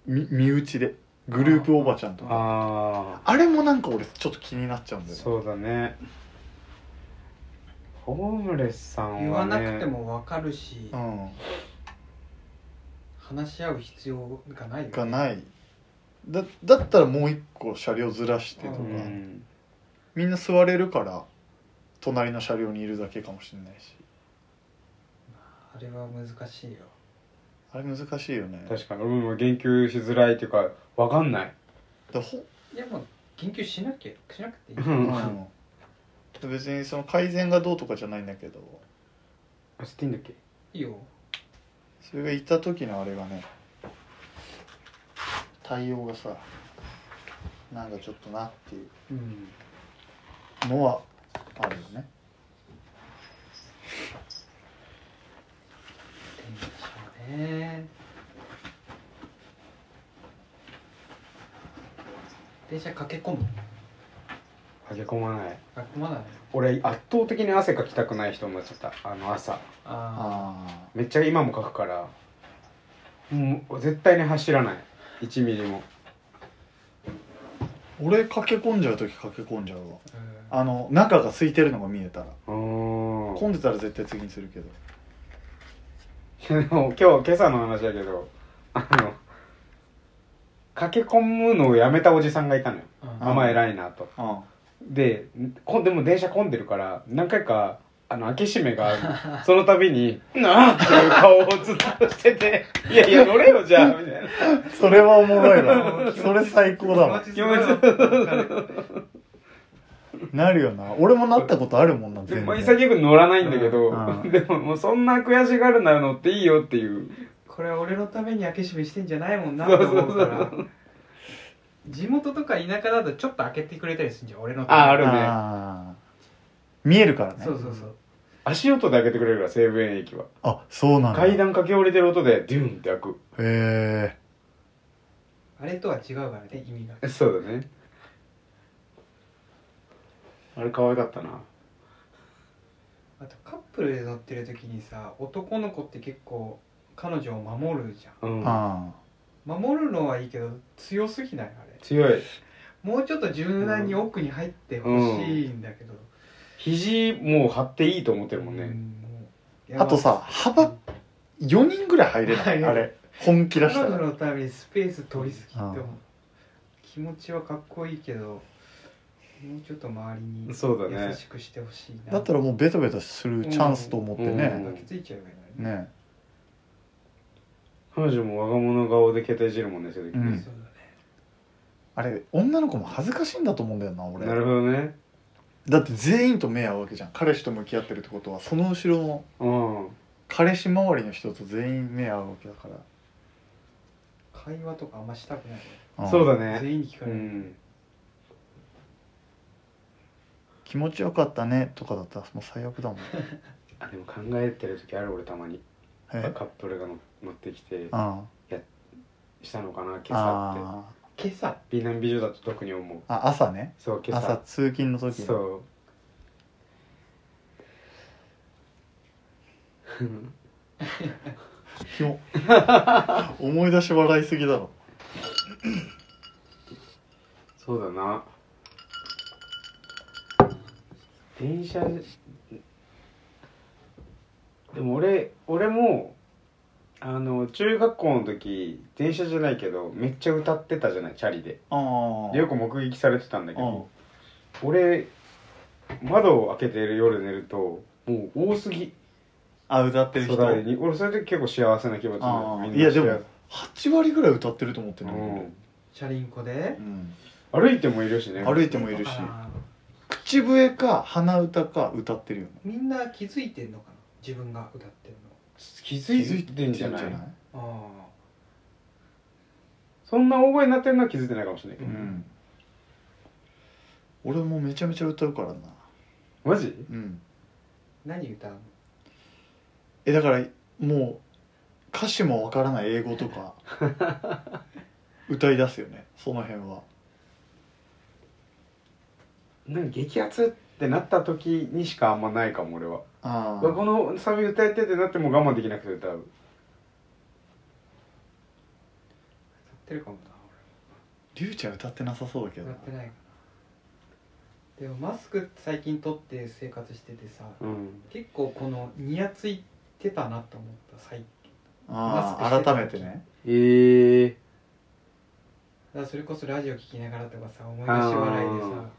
[SPEAKER 1] み身内でグループおばちゃんとか
[SPEAKER 2] あ
[SPEAKER 1] あれもなんか俺ちょっと気になっちゃうん
[SPEAKER 2] あ
[SPEAKER 1] だよね
[SPEAKER 2] そうだねホームレスさんは、ね、
[SPEAKER 3] 言わなくてもわかるし、
[SPEAKER 1] うん
[SPEAKER 3] 話し合う必要がないよ
[SPEAKER 1] がないだだったらもう一個車両ずらしてとか、
[SPEAKER 2] うん
[SPEAKER 1] みんな座れるから隣の車両にいるだけかもしれないし
[SPEAKER 3] あれは難しいよ
[SPEAKER 1] あれ難しいよねだか
[SPEAKER 2] 確かに俺も言及しづらいというかわかんない
[SPEAKER 1] らほ、
[SPEAKER 3] いやもう言及しなきゃしなくていい、
[SPEAKER 2] うん
[SPEAKER 1] うん、だから別にその改善がどうとかじゃないんだけど
[SPEAKER 2] あ知っていいんだっけ
[SPEAKER 3] いいよ
[SPEAKER 1] それがいた時のあれがね対応がさなんかちょっとなっていう
[SPEAKER 3] うん
[SPEAKER 1] のはあるよね
[SPEAKER 3] 電車ね電車駆け込む
[SPEAKER 2] 駆け込まない
[SPEAKER 3] 駆け込まない
[SPEAKER 2] 俺圧倒的に汗かきたくない人になっちゃったあの朝
[SPEAKER 3] あ
[SPEAKER 1] あ
[SPEAKER 2] めっちゃ今もかくからもう絶対に走らない1ミリも
[SPEAKER 1] あ俺駆け込んじゃう時駆け込んじゃうわ
[SPEAKER 3] あ、うん
[SPEAKER 1] あの中が空いてるのが見えたら
[SPEAKER 2] うーん
[SPEAKER 1] 混んでたら絶対次にするけど
[SPEAKER 2] でも今日今朝の話だけどあの駆け込むのをやめたおじさんがいたのよ
[SPEAKER 3] うん
[SPEAKER 1] あ
[SPEAKER 2] ママ偉いなと
[SPEAKER 1] うん
[SPEAKER 2] でこんでも電車混んでるから何回かあの開け閉めがあるその度に「なあ!」っていう顔をずっとしてて「いやいや乗れよじゃあ」みたいな
[SPEAKER 1] それはおもろいなそれ最高だわ
[SPEAKER 3] 気持ち悪い
[SPEAKER 1] なるよな俺もなったことあるもんな
[SPEAKER 2] で
[SPEAKER 1] 全
[SPEAKER 2] まあ、
[SPEAKER 1] 然
[SPEAKER 2] 潔く乗らないんだけど、
[SPEAKER 1] うんう ん
[SPEAKER 2] でももうそんな悔しがるなら乗っていいよっていう
[SPEAKER 3] これは俺のために開け閉めしてんじゃないもんなと思うから地元とか田舎だとちょっと開けてくれたりするんじゃん俺の
[SPEAKER 2] ああるね
[SPEAKER 1] あー見えるからね
[SPEAKER 3] そうそうそう
[SPEAKER 2] 足音で開けてくれるから西武園駅は
[SPEAKER 1] あそうなんだ
[SPEAKER 2] 階段駆け下りてる音でデューンって開く
[SPEAKER 1] へ
[SPEAKER 3] あれとは違うからね意味が
[SPEAKER 2] そうだねあれ可愛かったな
[SPEAKER 3] あとカップルで乗ってる時にさ男の子って結構彼女を守るじゃん
[SPEAKER 2] う
[SPEAKER 1] え
[SPEAKER 2] ん
[SPEAKER 1] あ
[SPEAKER 3] 守るのはいいけど強すぎないあれ
[SPEAKER 2] 強い
[SPEAKER 3] もうちょっと柔軟に奥に入ってほしいんだけど、
[SPEAKER 2] 肘もう張っていいと思ってるもん
[SPEAKER 3] う
[SPEAKER 2] ね、
[SPEAKER 3] んもういや
[SPEAKER 1] あとさ
[SPEAKER 3] ま
[SPEAKER 1] 幅4人ぐらい入れな
[SPEAKER 3] 入れ
[SPEAKER 1] い
[SPEAKER 3] ない
[SPEAKER 1] あれ本気出し
[SPEAKER 3] 彼
[SPEAKER 1] た
[SPEAKER 3] 女
[SPEAKER 1] ら
[SPEAKER 3] のためにスペース取りすぎって思う
[SPEAKER 1] うん
[SPEAKER 3] 気持ちはかっこいいけどもうちょっと周りに
[SPEAKER 2] そうだね
[SPEAKER 3] 優しくしてほしいな
[SPEAKER 1] だったらもうベタベタするチャンスと思って
[SPEAKER 2] うん
[SPEAKER 1] ね
[SPEAKER 3] 抱きついちゃうよね
[SPEAKER 1] ね
[SPEAKER 2] 彼女も我が物顔で携帯いじるもんねそういう時
[SPEAKER 3] そ
[SPEAKER 1] う
[SPEAKER 3] うんだね
[SPEAKER 1] あれ女の子も恥ずかしいんだと思うんだよな俺
[SPEAKER 2] なるほどね
[SPEAKER 1] だって全員と目合うわけじゃん彼氏と向き合ってるってことはその後ろ
[SPEAKER 2] う
[SPEAKER 1] の
[SPEAKER 2] ん
[SPEAKER 1] 彼氏周りの人と全員目合うわけだから、
[SPEAKER 3] 会話とかあんましたくないね
[SPEAKER 2] そうだね
[SPEAKER 3] 全員に聞か
[SPEAKER 2] う
[SPEAKER 3] れる、
[SPEAKER 2] ん
[SPEAKER 1] 気 持ちよかったねとかだったらもう最悪だもん
[SPEAKER 2] あでも考えてる時ある俺たまに
[SPEAKER 1] え
[SPEAKER 2] カップルがの乗ってきて
[SPEAKER 1] あ
[SPEAKER 2] したのかな今朝っ
[SPEAKER 1] あ
[SPEAKER 3] 今朝
[SPEAKER 2] て美男美女だと特に思う
[SPEAKER 1] ーあ朝ね
[SPEAKER 2] そう今
[SPEAKER 1] 朝
[SPEAKER 2] 朝
[SPEAKER 1] 通勤の時
[SPEAKER 2] そう
[SPEAKER 1] キモ 思い出し笑いすぎだろ
[SPEAKER 2] そうだな電車でも俺俺もあの中学校の時電車じゃないけどめっちゃ歌ってたじゃないチャリで
[SPEAKER 1] あ
[SPEAKER 2] でよく目撃されてたんだけど俺窓を開けてる夜寝るともう多すぎ
[SPEAKER 1] あ歌ってる
[SPEAKER 2] そ
[SPEAKER 1] 人
[SPEAKER 2] だに俺それで結構幸せな気持ちに
[SPEAKER 1] あ
[SPEAKER 2] な
[SPEAKER 1] あ
[SPEAKER 2] るみん
[SPEAKER 1] い
[SPEAKER 2] な
[SPEAKER 1] やで
[SPEAKER 2] 幸
[SPEAKER 1] も8割ぐらい歌ってると思って
[SPEAKER 2] せ
[SPEAKER 1] るんだけ
[SPEAKER 2] うん
[SPEAKER 3] チャリンコで
[SPEAKER 1] うん
[SPEAKER 2] 歩いてもいるしね
[SPEAKER 1] 歩いてもいるし
[SPEAKER 3] あ
[SPEAKER 1] 口笛か鼻歌か歌ってるよね
[SPEAKER 3] ーみんな気づいてんのかな自分が歌ってる
[SPEAKER 2] 気づいてんじゃない
[SPEAKER 3] のあ
[SPEAKER 2] そんな大声になってるのは気づいてないかもしれないけ
[SPEAKER 1] う
[SPEAKER 2] ど、
[SPEAKER 1] ん俺もめちゃめちゃ歌うからな
[SPEAKER 2] マジ
[SPEAKER 1] うん
[SPEAKER 3] あ何歌うの
[SPEAKER 1] えだからもう歌詞もわからない英語 とか歌い出すよねその辺は
[SPEAKER 2] なんか激アツってなった時にしかあんまないかも俺は、
[SPEAKER 1] あ
[SPEAKER 2] うわこのサビ歌えてってなっても我慢できなくて歌う
[SPEAKER 3] 歌ってるかもな
[SPEAKER 1] りゅうちゃん歌ってなさそうだけ
[SPEAKER 3] 俺
[SPEAKER 1] ど
[SPEAKER 3] 歌
[SPEAKER 1] な
[SPEAKER 3] ってないかなでもマスク最近取って生活しててさ
[SPEAKER 2] うん
[SPEAKER 3] 結構このニヤついてたなと思った最近
[SPEAKER 1] あ
[SPEAKER 3] マスクし
[SPEAKER 1] あ
[SPEAKER 3] てた
[SPEAKER 1] 改めてね
[SPEAKER 2] ええ
[SPEAKER 3] だからそれこそラジオ聞きながらとかさ思い出し笑いで
[SPEAKER 2] あ
[SPEAKER 3] さ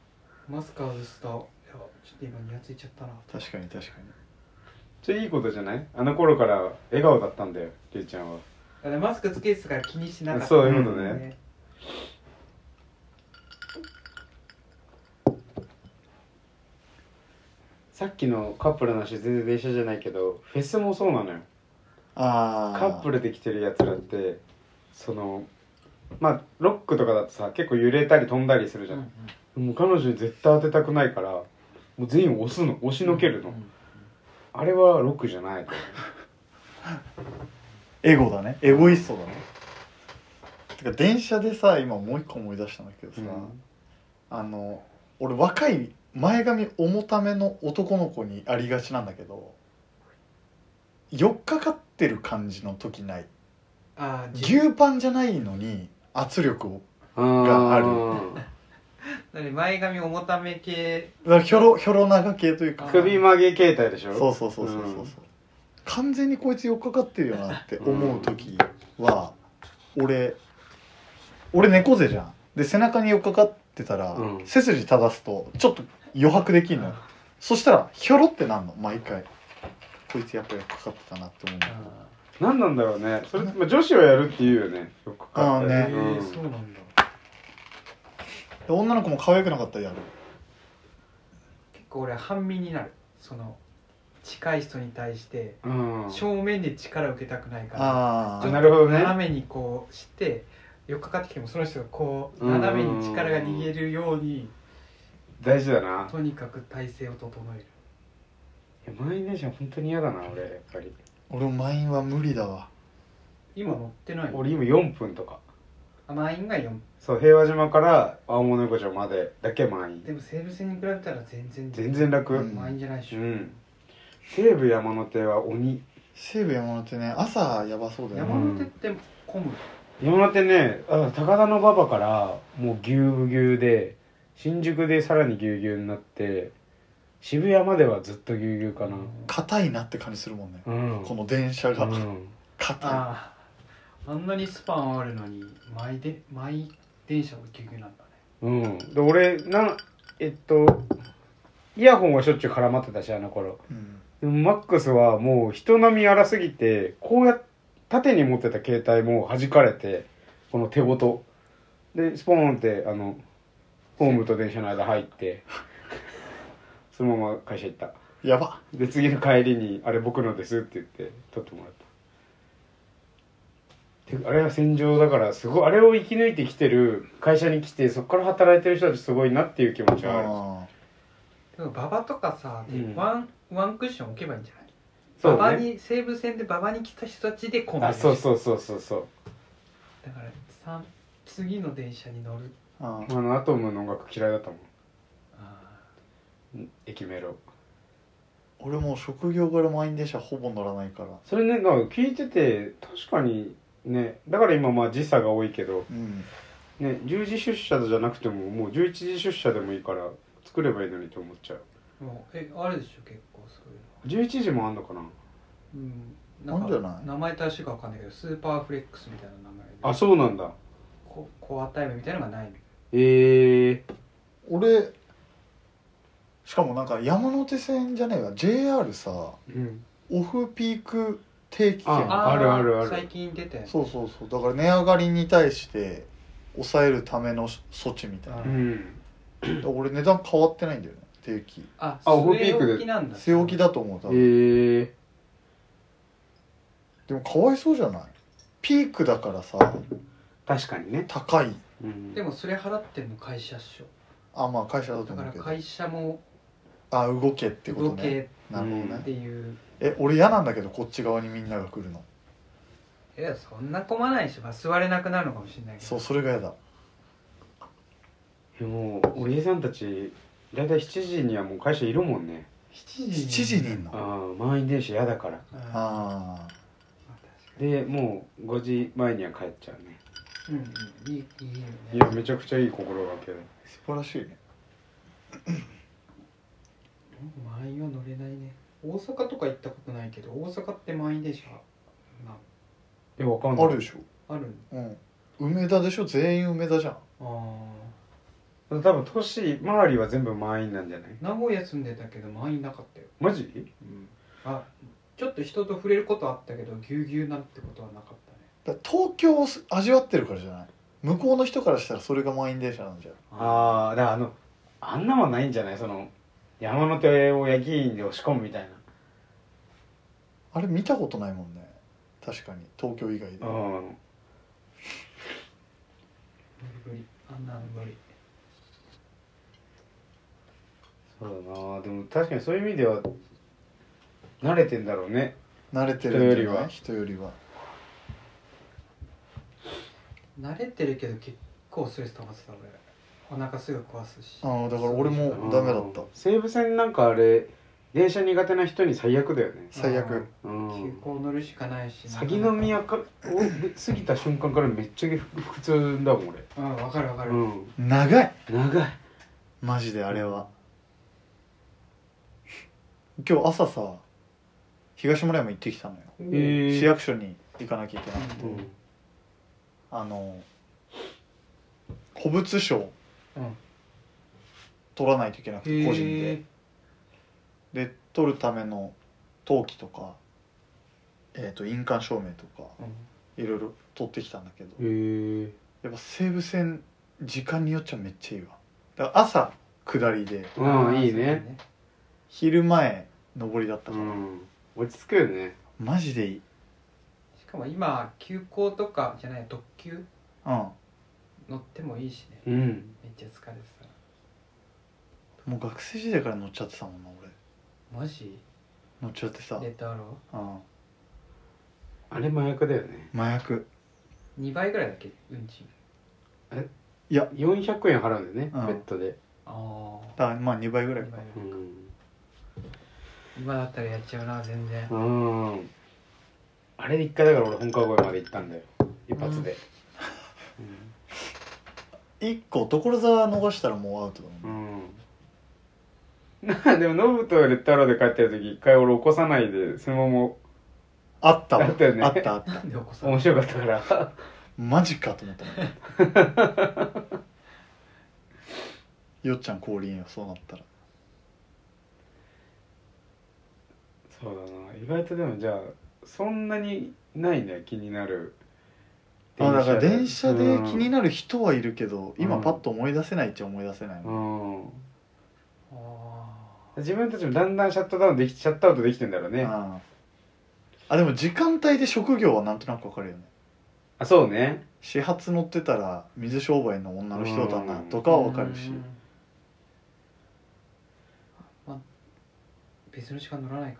[SPEAKER 3] マスク外すといやちょっと今ニヤついちゃったな
[SPEAKER 1] 確かに確かに
[SPEAKER 2] それいいことじゃないあの頃から笑顔だったんだよりゅうちゃんは
[SPEAKER 3] だからマスクつけてたから気にしなかった
[SPEAKER 2] そういう
[SPEAKER 1] こと
[SPEAKER 2] ねさっきのカップルの話全然電車じゃないけどフェスもそうなのよ
[SPEAKER 1] ああ
[SPEAKER 2] カップルで来てるやつらってそのまあロックとかだとさ結構揺れたり飛んだりするじゃん、もう彼女に絶対当てたくないからもう全員押すの押しのけるの、
[SPEAKER 3] うん
[SPEAKER 2] あれはロックじゃない
[SPEAKER 1] エゴだねエゴイストだねてか電車でさ今もう一個思い出したんだけどさ、あの俺若い前髪重ための男の子にありがちなんだけどよっかかってる感じの時ない
[SPEAKER 3] ああ
[SPEAKER 1] 牛パンじゃないのに圧力を
[SPEAKER 2] が
[SPEAKER 1] ある
[SPEAKER 3] 何前髪重ため系
[SPEAKER 1] だからひょろひょろ長系というか
[SPEAKER 3] あ
[SPEAKER 2] 首曲げ形態でしょ
[SPEAKER 1] そうそうそうそうそうそう、
[SPEAKER 2] うん
[SPEAKER 1] 完全にこいつよっかかってるよなって思う時は、俺俺猫背じゃんで背中によっかかってたら、
[SPEAKER 2] うん
[SPEAKER 1] 背筋正すとちょっと余白できんのよそしたらひょろってなんの毎回こいつやっぱよっかかってたなって思うの
[SPEAKER 3] あ
[SPEAKER 2] 何なんだろうねそれ、まあ、女子はやるって言うよねよく
[SPEAKER 1] あ
[SPEAKER 3] あ
[SPEAKER 1] ーね
[SPEAKER 3] へ
[SPEAKER 2] うん
[SPEAKER 3] えそうなんだ
[SPEAKER 1] で女の子も可愛くなかったらやる
[SPEAKER 3] 結構俺半身になるその近い人に対して
[SPEAKER 2] うん
[SPEAKER 3] 正面で力を受けたくないから
[SPEAKER 1] あ
[SPEAKER 3] ちょっと
[SPEAKER 1] あ
[SPEAKER 2] なるほどね
[SPEAKER 3] 斜めにこうしてよっかかってきてもその人がこう斜めに力が逃げるように
[SPEAKER 2] 大事だな
[SPEAKER 3] とにかく体勢を整える
[SPEAKER 2] いや満員電車本当に嫌だな俺やっぱり
[SPEAKER 1] 俺満員は無理だわ
[SPEAKER 3] 今乗ってない
[SPEAKER 2] 俺今4分とか
[SPEAKER 3] あ満員が4
[SPEAKER 2] そう平和島から青物横丁までだけ満
[SPEAKER 3] で
[SPEAKER 2] 員
[SPEAKER 3] も西武線に比べたら全然
[SPEAKER 2] 全然楽う、
[SPEAKER 1] うんん
[SPEAKER 3] 満員じゃないでしょ、
[SPEAKER 2] 西武山手は鬼
[SPEAKER 1] 西武山手ね朝やばそうだよね
[SPEAKER 2] やば
[SPEAKER 3] 山手って混む
[SPEAKER 2] 山手ねあ高田の馬場からもうぎゅうぎゅうで新宿でさらにぎゅうぎゅうになって渋谷まではずっとぎゅうぎゅうかな
[SPEAKER 1] 硬いなって感じするもんね、
[SPEAKER 2] うん
[SPEAKER 1] この電車
[SPEAKER 2] う
[SPEAKER 1] が
[SPEAKER 2] ん
[SPEAKER 1] 硬い、
[SPEAKER 3] あああんなにスパンあるのに毎で毎電車がぎゅうぎゅうなんだね
[SPEAKER 2] うん、で俺なえっとイヤホンはしょっちゅう絡まってたしあの頃
[SPEAKER 1] うん
[SPEAKER 2] でもマックスはもう人並み荒すぎてこうやっ縦に持ってた携帯も弾かれてこの手ごとでスポーンってあのホームと電車の間入って そのまま会社行った
[SPEAKER 1] やば
[SPEAKER 2] で次の帰りに「あれ僕のです」って言って取ってもらったてあれは戦場だからすごいあれを生き抜いてきてる会社に来てそこから働いてる人たちすごいなっていう気持ちはある
[SPEAKER 1] あ
[SPEAKER 3] でも馬場とかさ、で
[SPEAKER 2] うん
[SPEAKER 3] ワンワンクッション置けばいいんじゃない
[SPEAKER 2] そそうね
[SPEAKER 3] 馬場に西武線で馬場に来た人たちで混んで
[SPEAKER 2] あ
[SPEAKER 3] る
[SPEAKER 2] そうそうそうそうそう
[SPEAKER 3] だからさん次の電車に乗る
[SPEAKER 1] あ
[SPEAKER 2] あのアトムの音楽嫌いだったも
[SPEAKER 3] あー
[SPEAKER 2] ん駅メロ
[SPEAKER 1] 俺もう職業柄満員電車ほぼ乗らないから
[SPEAKER 2] それねなんか聞いてて確かにねだから今まあ時差が多いけど
[SPEAKER 1] うん
[SPEAKER 2] ね10時出社じゃなくてももう11時出社でもいいから作ればいいのにと思っちゃう
[SPEAKER 3] もうえあるでしょ結構そういうの
[SPEAKER 2] 11時もあんのかな
[SPEAKER 3] うん
[SPEAKER 1] なんじゃない
[SPEAKER 3] 名前正しいかわかんないけどスーパーフレックスみたいな名前で
[SPEAKER 2] あそうなんだ
[SPEAKER 3] こコアタイムみたいなのがない
[SPEAKER 2] ええ
[SPEAKER 1] 俺しかもなんか山手線じゃねえか JR さ
[SPEAKER 2] うん、
[SPEAKER 1] オフピーク定期券
[SPEAKER 2] ああるあるある
[SPEAKER 3] 最近出て
[SPEAKER 1] そうそうそうだから値上がりに対して抑えるための措置みたいな
[SPEAKER 3] あ
[SPEAKER 2] うん、
[SPEAKER 1] だから俺値段変わってないんだよね定期
[SPEAKER 3] あ
[SPEAKER 2] あオフピークで
[SPEAKER 3] 据え置きなんだ
[SPEAKER 1] 据え置きだと思う多
[SPEAKER 2] ええ
[SPEAKER 1] 分、でもかわいそうじゃないピークだからさ
[SPEAKER 2] 確かにね、
[SPEAKER 1] 高い
[SPEAKER 2] うん、
[SPEAKER 3] でもそれ払ってんの会社っしょ
[SPEAKER 1] あまあ会社だと
[SPEAKER 3] だ
[SPEAKER 1] 思
[SPEAKER 3] から
[SPEAKER 1] うけど
[SPEAKER 3] 会社も
[SPEAKER 1] あ動けってこと
[SPEAKER 3] 動
[SPEAKER 1] ね
[SPEAKER 3] け
[SPEAKER 1] なるほど
[SPEAKER 2] うん
[SPEAKER 1] ね
[SPEAKER 3] っていう
[SPEAKER 1] え俺嫌なんだけどこっち側にみんなが来るの
[SPEAKER 3] いやそんな混まないしまあ座れなくなるのかもしれないけ
[SPEAKER 1] そ
[SPEAKER 3] ど
[SPEAKER 1] うそれが嫌だ
[SPEAKER 2] でもおじさんたちだいたい7時にはもう会社いるもんね
[SPEAKER 3] 7
[SPEAKER 1] 7時にいんのあ
[SPEAKER 2] ああ満員電車嫌だから
[SPEAKER 3] あ
[SPEAKER 1] あ
[SPEAKER 2] でもう5時前には帰っちゃうね
[SPEAKER 3] ーうんうんいいいいよ
[SPEAKER 2] い
[SPEAKER 3] ね
[SPEAKER 2] やめちゃくちゃいい心がけど
[SPEAKER 1] ー素晴らしいね
[SPEAKER 3] 満員は乗れないね大阪とか行ったことないけど大阪って満員電車な
[SPEAKER 2] えわかんない
[SPEAKER 1] あるでしょ
[SPEAKER 3] ある
[SPEAKER 1] うん梅田でしょ全員梅田じゃん
[SPEAKER 3] あ
[SPEAKER 2] 多分都市周りは全部満員なんじゃない
[SPEAKER 3] あ名古屋住んでたけど満員なかったよ、
[SPEAKER 2] マジ
[SPEAKER 3] あちょっと人と触れることはあったけどぎゅうぎゅうなんてことはなかったね
[SPEAKER 1] だから東京を味わってるからじゃない向こうの人からしたらそれが満員電車なんじゃん
[SPEAKER 2] ああだからあのあんなはないんじゃないその山手を焼き印で押し込むみたい
[SPEAKER 1] あれ見たことないもんね確かに東京以外で
[SPEAKER 2] なうん
[SPEAKER 3] 無理無理あんなの無理
[SPEAKER 2] そうだなでも確かにそういう意味では慣れてんだろうね
[SPEAKER 1] 慣れてるん
[SPEAKER 2] 人より
[SPEAKER 1] じゃな
[SPEAKER 2] はい
[SPEAKER 1] 人よりは
[SPEAKER 3] 慣れてるけど結構ストレス溜まってた俺お腹すぐ壊すし
[SPEAKER 1] あーだから俺も
[SPEAKER 2] うん
[SPEAKER 1] ダメだった
[SPEAKER 2] 西武線なんかあれ電車苦手な人に最悪だよね
[SPEAKER 1] 最
[SPEAKER 3] う
[SPEAKER 1] 悪
[SPEAKER 3] ん
[SPEAKER 2] う
[SPEAKER 3] 急
[SPEAKER 2] ん
[SPEAKER 3] 行乗るしかないし
[SPEAKER 2] 先の宮かを過ぎた瞬間からめっちゃ普通だもん俺
[SPEAKER 3] うんわかるわかる、
[SPEAKER 2] うん
[SPEAKER 1] 長い
[SPEAKER 2] 長い
[SPEAKER 1] マジであれは今日朝さ東村山行ってきたのよ
[SPEAKER 2] え
[SPEAKER 1] 市役所に行かなきゃいけなくて
[SPEAKER 2] うん
[SPEAKER 1] あの古物商
[SPEAKER 3] うん
[SPEAKER 1] 取らないといけなくて個人でで取るための登記とか、えー、と印鑑証明とか
[SPEAKER 3] う
[SPEAKER 1] いろいろ取ってきたんだけど
[SPEAKER 2] へえ
[SPEAKER 1] やっぱ西武線時間によっちゃめっちゃいいわだから朝下りで
[SPEAKER 2] うん
[SPEAKER 3] あー
[SPEAKER 2] いいね
[SPEAKER 1] 昼前上りだった
[SPEAKER 2] う
[SPEAKER 1] から、
[SPEAKER 2] ん落ち着くよね
[SPEAKER 1] マジでいい
[SPEAKER 3] しかも今急行とかじゃない特急
[SPEAKER 1] うん
[SPEAKER 3] 乗ってもいいしね
[SPEAKER 2] うん
[SPEAKER 3] めっちゃ疲れてた
[SPEAKER 1] もう学生時代から乗っちゃってたもんな俺
[SPEAKER 3] マジ
[SPEAKER 1] 乗っちゃってさ、
[SPEAKER 3] レタロ
[SPEAKER 1] うん、
[SPEAKER 2] あれ麻薬だよね
[SPEAKER 1] 麻薬
[SPEAKER 3] 2倍ぐらいだっけ運賃
[SPEAKER 2] 400円払うんだよね
[SPEAKER 1] うん
[SPEAKER 2] ベッドで
[SPEAKER 3] ああ
[SPEAKER 1] だからまあ2倍ぐらい
[SPEAKER 3] 2
[SPEAKER 1] か
[SPEAKER 3] 倍
[SPEAKER 2] うん
[SPEAKER 3] 今だったらやっちゃうな全然
[SPEAKER 2] うんあれで一回だから俺本川越えまで行ったんだよ一発でうん
[SPEAKER 1] 1個所沢逃したらもうアウトだもん、
[SPEAKER 2] うんな あでもノブとレッドアローで帰ってる時一回俺起こさないでそのまま
[SPEAKER 1] あったわ
[SPEAKER 2] あったよね
[SPEAKER 1] あったあった
[SPEAKER 3] なんでお子さん
[SPEAKER 2] 面白かったから
[SPEAKER 1] マジかと思ったもん よっちゃん降臨よそうなったら
[SPEAKER 2] そうだな意外とでもじゃあそんなにないね気になる
[SPEAKER 1] あだから電車で気に
[SPEAKER 2] な
[SPEAKER 1] なる人はいるけど、
[SPEAKER 2] うん
[SPEAKER 1] 今パッと思い出せないっちゃ思い出せない、
[SPEAKER 2] るうん、うん
[SPEAKER 3] あー
[SPEAKER 2] 自分たちもだんだんシャットダウンできシャットアウトできてんだろうねあ
[SPEAKER 1] ああでも時間帯で職業はなんとなくわかるよね
[SPEAKER 2] そうね
[SPEAKER 1] 始発乗ってたら水商売の女の人だなとかはわかるし
[SPEAKER 3] うんまあ別の時間乗らないか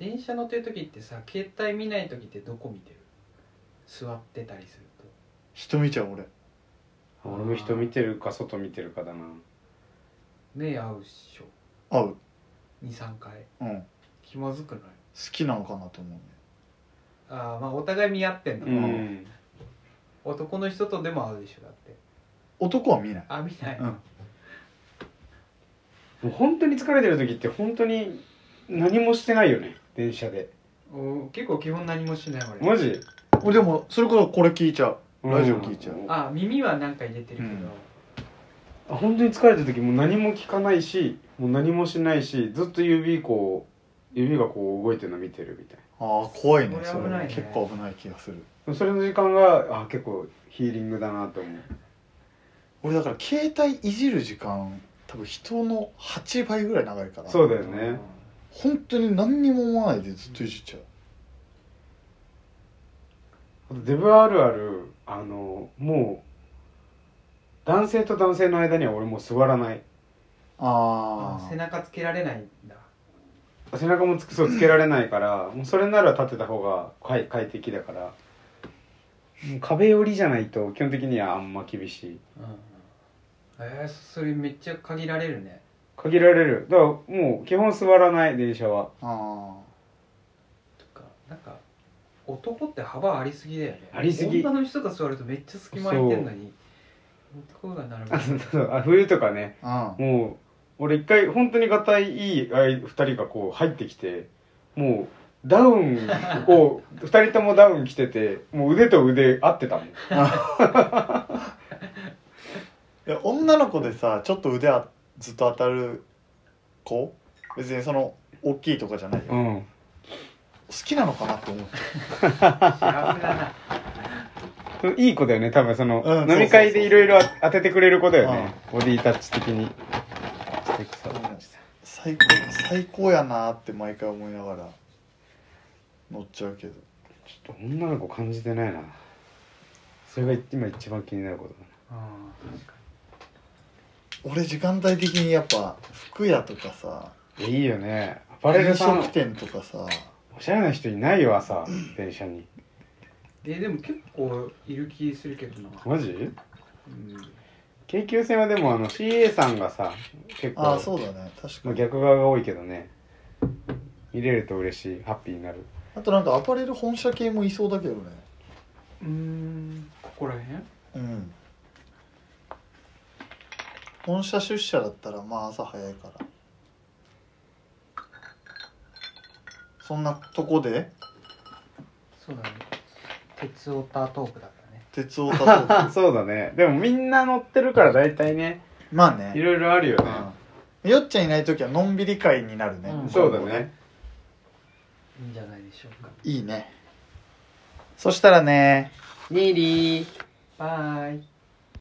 [SPEAKER 3] らな電車乗ってる時ってさ携帯見ない時ってどこ見てる座ってたりすると
[SPEAKER 1] 人見ちゃう俺
[SPEAKER 2] 俺も人見てるか外見てるかだな
[SPEAKER 3] 目合うっしょ
[SPEAKER 1] 合う
[SPEAKER 3] 23回
[SPEAKER 1] うん好
[SPEAKER 3] 気まずくない
[SPEAKER 1] きなのかなと思うね
[SPEAKER 3] ああまあお互い見合ってんだ
[SPEAKER 2] う
[SPEAKER 3] から、
[SPEAKER 2] ん
[SPEAKER 3] 男の人とでも合うでしょだって
[SPEAKER 1] 男は見ない
[SPEAKER 3] あ見ない、
[SPEAKER 1] うん
[SPEAKER 2] もう本当に疲れてる時って本当に何もしてないよね電車で
[SPEAKER 3] お結構基本何もしない俺
[SPEAKER 2] マジ
[SPEAKER 1] 俺でもそれこそこれ聞いちゃうラジオ聞いちゃう
[SPEAKER 2] あ
[SPEAKER 3] あ耳はなんか入れてるけど、
[SPEAKER 1] うん
[SPEAKER 2] 本当に疲れてる時もう何も聞かないしもう何もしないしずっと指こう指がこう動いてるの見てるみたい
[SPEAKER 1] ああ怖いね
[SPEAKER 3] これ
[SPEAKER 1] それ
[SPEAKER 3] 危ないね
[SPEAKER 1] 結構危ない気がする
[SPEAKER 2] なそれの時間があ結構ヒーリングだなと思う
[SPEAKER 1] 俺だから携帯いじる時間多分人の8倍ぐらい長いから
[SPEAKER 2] そうだよね
[SPEAKER 1] 本当に何にも思わないでずっといじっちゃう
[SPEAKER 2] あとデブあるあるあのもう男性と男性の間には俺もう座らない
[SPEAKER 1] あ
[SPEAKER 3] あ
[SPEAKER 1] あ
[SPEAKER 3] 背中つけられないんだ
[SPEAKER 2] 背中もつくそうつけられないからもうそれなら立てた方が快快適だからもう壁寄りじゃないと基本的にはあんま厳しい
[SPEAKER 3] うんうんえー、それめっちゃ限られるね
[SPEAKER 2] 限られるだからもう基本座らない電車は
[SPEAKER 1] あ
[SPEAKER 3] とかなんか男って幅ありすぎだよね
[SPEAKER 2] ありすぎ
[SPEAKER 3] 女の人が座るとめっちゃ隙間空いてんのに男が並ぶ
[SPEAKER 2] あそうそうあ冬とかね
[SPEAKER 1] あうん
[SPEAKER 2] もう俺一回本当にがたいいい2人がこう入ってきてもうダウンを2人ともダウン着ててもう腕と腕合ってたもん
[SPEAKER 1] いや女の子でさちょっと腕あずっと当たる子別にその大きいとかじゃないよ、好
[SPEAKER 2] うん
[SPEAKER 1] きなのかなって思っちゃ
[SPEAKER 3] 幸せだ ない
[SPEAKER 2] い子だよね多分その、
[SPEAKER 1] うん
[SPEAKER 2] 飲み会でいろいろ当ててくれる子だよね、ボディタッチ的に素敵
[SPEAKER 1] う
[SPEAKER 2] さ
[SPEAKER 1] うん最高最高やなーって毎回思いながら乗っちゃうけど
[SPEAKER 2] ちょっと女の子感じてないなそれが今一番気になること
[SPEAKER 3] うん確か
[SPEAKER 1] 俺時間帯的にやっぱ服屋とかさ
[SPEAKER 2] だないいよねアパレ
[SPEAKER 1] 飲
[SPEAKER 2] ルさん
[SPEAKER 1] 食店とかさ
[SPEAKER 2] おしゃれな人いないよ朝電車に
[SPEAKER 3] にえでも結構いる気するけどな、
[SPEAKER 2] マジ
[SPEAKER 3] うん、
[SPEAKER 2] 京急線はでもあの CA さんがさ結
[SPEAKER 1] ああ
[SPEAKER 2] 構
[SPEAKER 1] そうだね確か
[SPEAKER 2] まあ
[SPEAKER 1] に
[SPEAKER 2] 逆側が多いけどね見れると嬉しいハッピーになる
[SPEAKER 1] あとなんかアパレル本社系もいそうだけどね
[SPEAKER 3] うーんここら辺
[SPEAKER 1] うん本社出社だったらまあ朝早いからそんなとこで
[SPEAKER 3] そうだね鉄オタトークだからね
[SPEAKER 1] 鉄をた と
[SPEAKER 2] そうだねでもみんな乗ってるから大体ね
[SPEAKER 1] まあ
[SPEAKER 2] い
[SPEAKER 1] ね、
[SPEAKER 2] ろいろあるよね、
[SPEAKER 1] うん、よっちゃんいない時はのんびり会になるね、
[SPEAKER 3] うん
[SPEAKER 2] そうだね
[SPEAKER 3] いいんじゃないでしょうか
[SPEAKER 1] いいねそしたらね
[SPEAKER 3] ニーリーバイ